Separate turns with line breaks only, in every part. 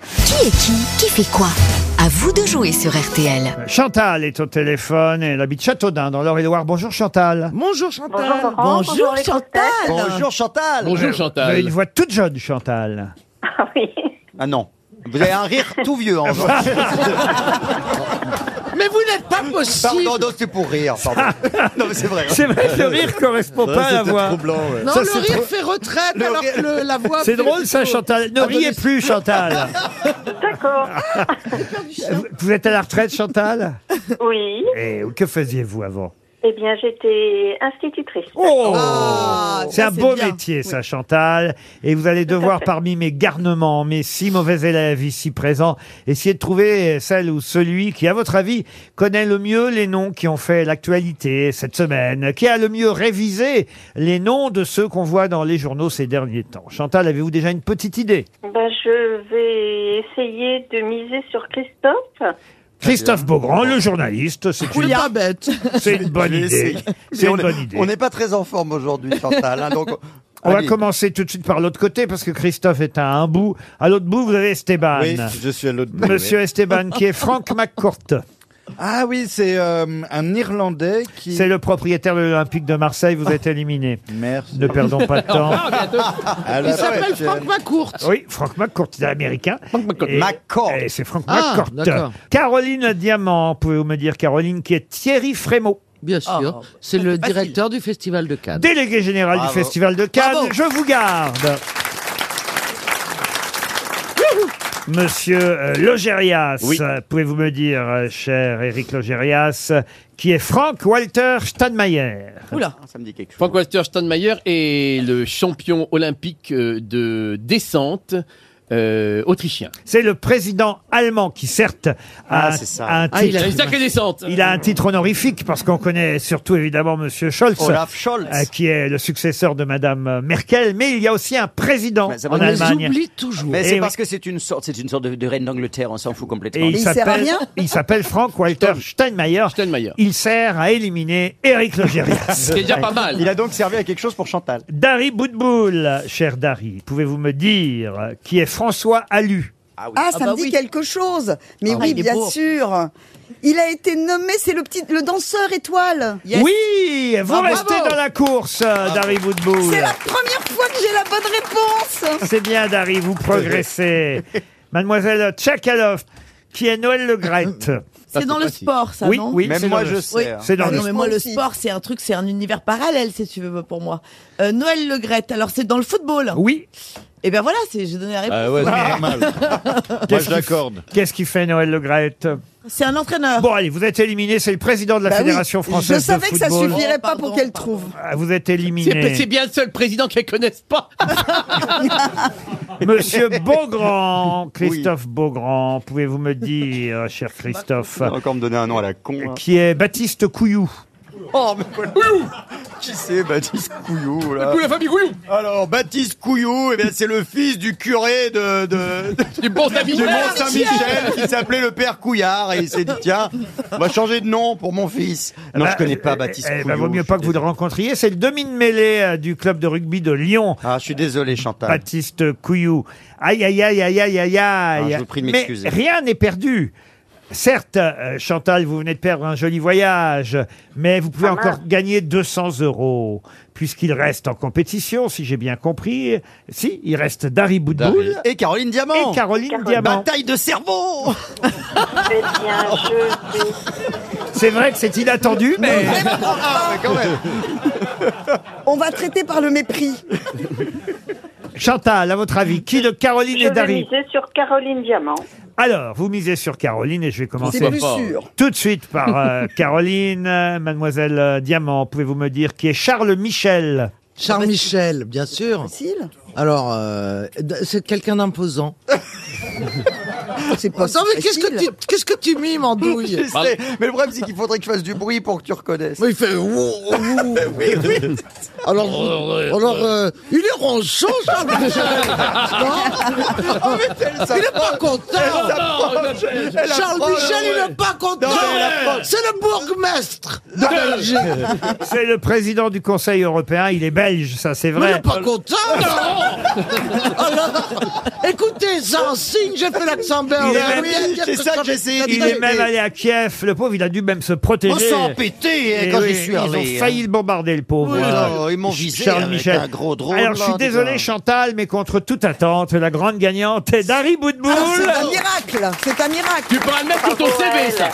Qui est qui Qui fait quoi À vous de jouer sur RTL.
Chantal est au téléphone et elle habite Châteaudun dans l'Eure-et-Loire. Bonjour Chantal.
Bonjour Chantal.
Bonjour Laurent, bonjour les
Chantal.
Bonjour Chantal.
Bonjour
Vous avez une
Chantal.
voix toute jeune Chantal.
Ah oui.
Ah non. Vous avez un rire tout vieux en
Bah,
vrai.
Mais vous n'êtes pas possible.
Pardon, non, c'est pour rire. Pardon. Non, mais c'est vrai.
Ah.
hein.
C'est vrai que le rire correspond pas à la voix.
Non,
Ça, c'est
le rire
trop-
fait retraite alors
rire-
que le- la voix.
C'est
fait-
drôle ça Chantal. Ne riez plus Chantal.
D'accord.
Vous- Vous êtes à la retraite Chantal
Oui.
Et que faisiez-vous avant
Eh bien, j'étais institutrice.
Oh
Ah,
C'est
ça,
un beau
bien.
métier, ça, Chantal. Et vous allez devoir,
fait.
parmi mes garnements, mes six mauvais élèves ici présents, essayer de trouver celle ou celui qui, à votre avis, connaît le mieux les noms qui ont fait l'actualité cette semaine, qui a le mieux révisé les noms de ceux qu'on voit dans les journaux ces derniers temps. Chantal, avez-vous déjà une petite idée
Ben, je vais essayer de miser sur Christophe.
Christophe Beaugrand, le journaliste, c'est
C'est
une,
pas bête.
c'est une bonne
Je vais
idée.
essayer.
C'est
on
une
est-
bonne idée.
On n'est pas très en forme aujourd'hui, Chantal. hein, donc,
On va
allez.
commencer tout de suite par l'autre côté parce que Christophe est à un bout. À l'autre bout, vous avez Esteban.
Oui, je suis à l'autre bout.
Monsieur Esteban, qui est Frank McCourt.
oui. Ah oui, c'est euh, un Irlandais qui.
C'est le propriétaire de l'Olympique de Marseille. Vous êtes éliminé.
Merci.
Ne perdons pas de temps.
Ah,
À
Il
la
s'appelle
prochaine.
Franck Macourt.
Oui, Frank McCourt, il est américain. Et-
McCourt.
et C'est Frank
Ah,
McCourt.
d'accord.
Caroline Diamant, pouvez-vous me dire, Caroline, qui est Thierry Frémaux,
Bien sûr, c'est le directeur du Festival de Cannes.
délégué général
Bravo.
du Festival de Cannes.
Bravo.
Je vous garde. Monsieur euh, Logérias,
Oui.
euh, pouvez-vous me dire, euh, cher Éric Logérias, euh, qui est Frank Walter Steinmeier
Oula.
Ça me dit quelque chose.
Frank-Walter Steinmeier est le champion olympique euh, de descente euh, autrichien.
C'est le président allemand qui, certes, a,
Ah,
un-
c'est ça.
a un
Ah, il
titre,
a-
Les sacrés descentes.
il a un titre honorifique parce qu'on connaît surtout évidemment Monsieur Scholz.
Olaf Oh, Scholz.
euh, qui est le successeur de Madame Merkel, mais il y a aussi un président
Mais ça va
On
en
bien.
les
Allemagne.
oublie toujours.
Eh
Mais c'est
oui.
parce que c'est une sorte, c'est une sorte de, de reine d'Angleterre, on s'en fout
Et
complètement.
il
sert à
s'appelle,
rien
il s'appelle Frank Walter Steinmeier.
Steinmeier.
Il sert à éliminer Éric Logérias.
C'est déjà pas mal.
Il a donc servi à quelque chose pour Chantal.
Dari Boudboul, cher Dari, pouvez-vous me dire euh, qui est François Alu
Ah, ça
bah
me dit quelque chose.
Ah
Mais oui,
il est
bien
beau.
sûr. Il a été nommé, c'est le petit, le danseur étoile.
Yes.
Oui, vous
Ah,
restez
bravo
dans la course, euh, Dari Boudboul.
C'est la première fois que j'ai la bonne réponse.
C'est bien, Dari, vous progressez. Mademoiselle Tchakalov, qui est Noël Le Graët.
Ça,
C'est dans
c'est
le
facile.
sport, ça,
oui,
non
oui,
Même
c'est
moi,
dans
je
le-
Oui.
sais. hein.
C'est dans
Ah
le-
non, mais moi,
Moi
le
aussi.
sport, c'est un truc, c'est un univers parallèle, si tu veux, pour moi. Euh, Noël Le Gret, alors c'est dans le football.
Oui,
Et bien voilà, c'est- j'ai donné la réponse.
Ah ouais, c'est normal. Moi,
Qu'est-ce
je
qu'il-
l'accorde.
qu'est-ce qui fait Noël Le Graët
C'est un entraîneur.
Bon, allez, vous êtes éliminé, c'est le président de la
Bah oui,
Fédération française
Je savais
de
que ça
football.
suffirait
Oh,
pas
pardon,
pour qu'elle
pardon.
trouve.
Ah, Vous êtes
C'est c'est
éliminé.
bien le seul président qu'elle connaisse pas. Ah,
Monsieur Beaugrand, Christophe Beaugrand, pouvez-vous me dire, cher Christophe,
Il va Encore me donner un nom à la con. hein.
qui est Baptiste Couillou
Oh, mais voilà. Qui c'est Baptiste Couillou là
Ou la famille Gouillou.
Alors, Baptiste Couillou, eh bien, c'est le fils du curé de, de,
Du bon David.
du Mont Saint-Michel qui s'appelait le père Couillard et il s'est dit tiens, on va changer de nom pour mon fils. Non,
Bah,
je connais pas
eh,
Baptiste
eh,
Couillou.
bah, vaut mieux
je
pas
suis
que vous le
désolé.
rencontriez. C'est le demi-mêlée euh, du club de rugby de Lyon.
Ah, je suis désolé Chantal.
Baptiste Couillou. Aïe, aïe, aïe, aïe, aïe, aïe, aïe.
Ah, je vous prie de
Mais
m'excuser.
rien n'est perdu. Certes, euh, Chantal, vous venez de perdre un joli voyage, mais vous pouvez encore gagner 200 euros, puisqu'il reste en compétition, si j'ai bien compris. Si, il reste Dari Boudboul
Et Caroline Diamant.
et Caroline
Caroline.
Diamant.
Bataille de cerveau.
Eh bien, je vais
C'est vrai que c'est inattendu, mais
Ah, mais quand même.
On va traiter par le mépris.
Chantal, à votre avis, qui de Caroline
Je
et
vais
Dari
miser sur Caroline Diamant.
Alors, vous misez sur Caroline et je vais
C'est
commencer
plus
fort.
sûr.
tout de suite par euh, Caroline. Euh, Mademoiselle euh, Diamant, pouvez-vous me dire qui est Charles Michel
Charles Michel, bien sûr.
Facile.
Alors, euh, c'est quelqu'un d'imposant.
C'est pas
Non, mais qu'est-ce que tu,
facile.
qu'est-ce que tu mimes en douille
Je sais. Mais le problème c'est qu'il faudrait que je fasse du bruit pour que tu reconnaisses.
Il fait ouh, ouh. Alors, alors euh, il est ronchon, Charles Michel. Non Il est pas content. Charles Michel, il n'est pas content. C'est le bourgmestre de Belgique.
C'est le président du Conseil européen, il est belge. belge, ça c'est
Mais
vrai.
il est pas content, non Alors, écoutez, c'est un signe, j'ai fait l'accent
Il est
belge.
même- Il est même allé à Kiev. Le pauvre, il a dû même se protéger.
On s'en pété, hein,
Et
quand
Eh oui,
j'y suis
Ils
allé,
ont
hein.
failli le bombarder, le pauvre.
Oui,
euh,
là, ils m'ont visé
Charles
avec
Michel.
un gros drôle, hein,
Alors, je suis
là,
désolé,
putain.
Chantal, mais contre toute attente, la grande gagnante est Dari Boudboul.
Ah, c'est un miracle, c'est un miracle. Tu
pourras le mettre
Ah,
sur ton CV, ça.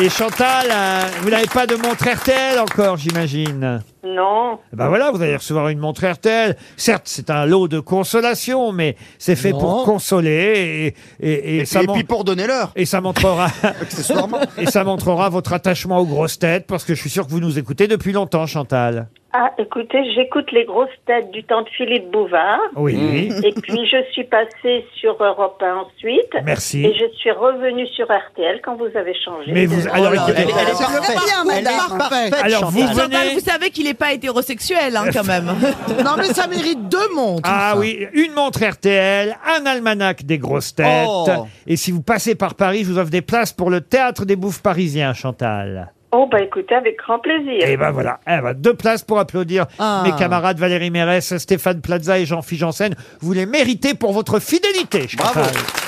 Et Chantal, euh, vous n'avez pas de montre RTL encore, j'imagine
Non.
ben voilà, vous allez recevoir une montre RTL. Certes, c'est un lot de consolation, mais c'est fait
Non.
pour consoler et, et,
Et puis pour donner l'heure.
Et ça montrera.
Accessoirement.
et ça montrera votre attachement aux grosses têtes, parce que je suis sûr que vous nous écoutez depuis longtemps, Chantal.
Ah, écoutez, j'écoute les grosses têtes du temps de Philippe Bouvard.
Oui.
Et puis je suis passée sur Europe 1 ensuite.
Merci.
Et je suis revenue sur RTL quand vous avez changé.
Mais vous- alors, Oh là écoutez- là. Elle est-
parfaite.
elle est
Elle est parfaite,
Alors,
Chantal.
vous venez-
Chantal, vous savez qu'il n'est pas hétérosexuel, hein, quand même.
Non, mais ça mérite deux montres.
Ah oui, une montre RTL, un almanach des grosses têtes.
Oh.
Et si vous passez par Paris, je vous offre des places pour le théâtre des bouffes parisiens, Chantal.
Oh, bah écoutez, avec grand plaisir.
Et ben voilà, Eh ben, deux places pour applaudir
Ah.
mes camarades Valérie Mérès, Stéphane Plaza et Jean-Philippe Janssen. Vous les méritez pour votre fidélité, Chantal.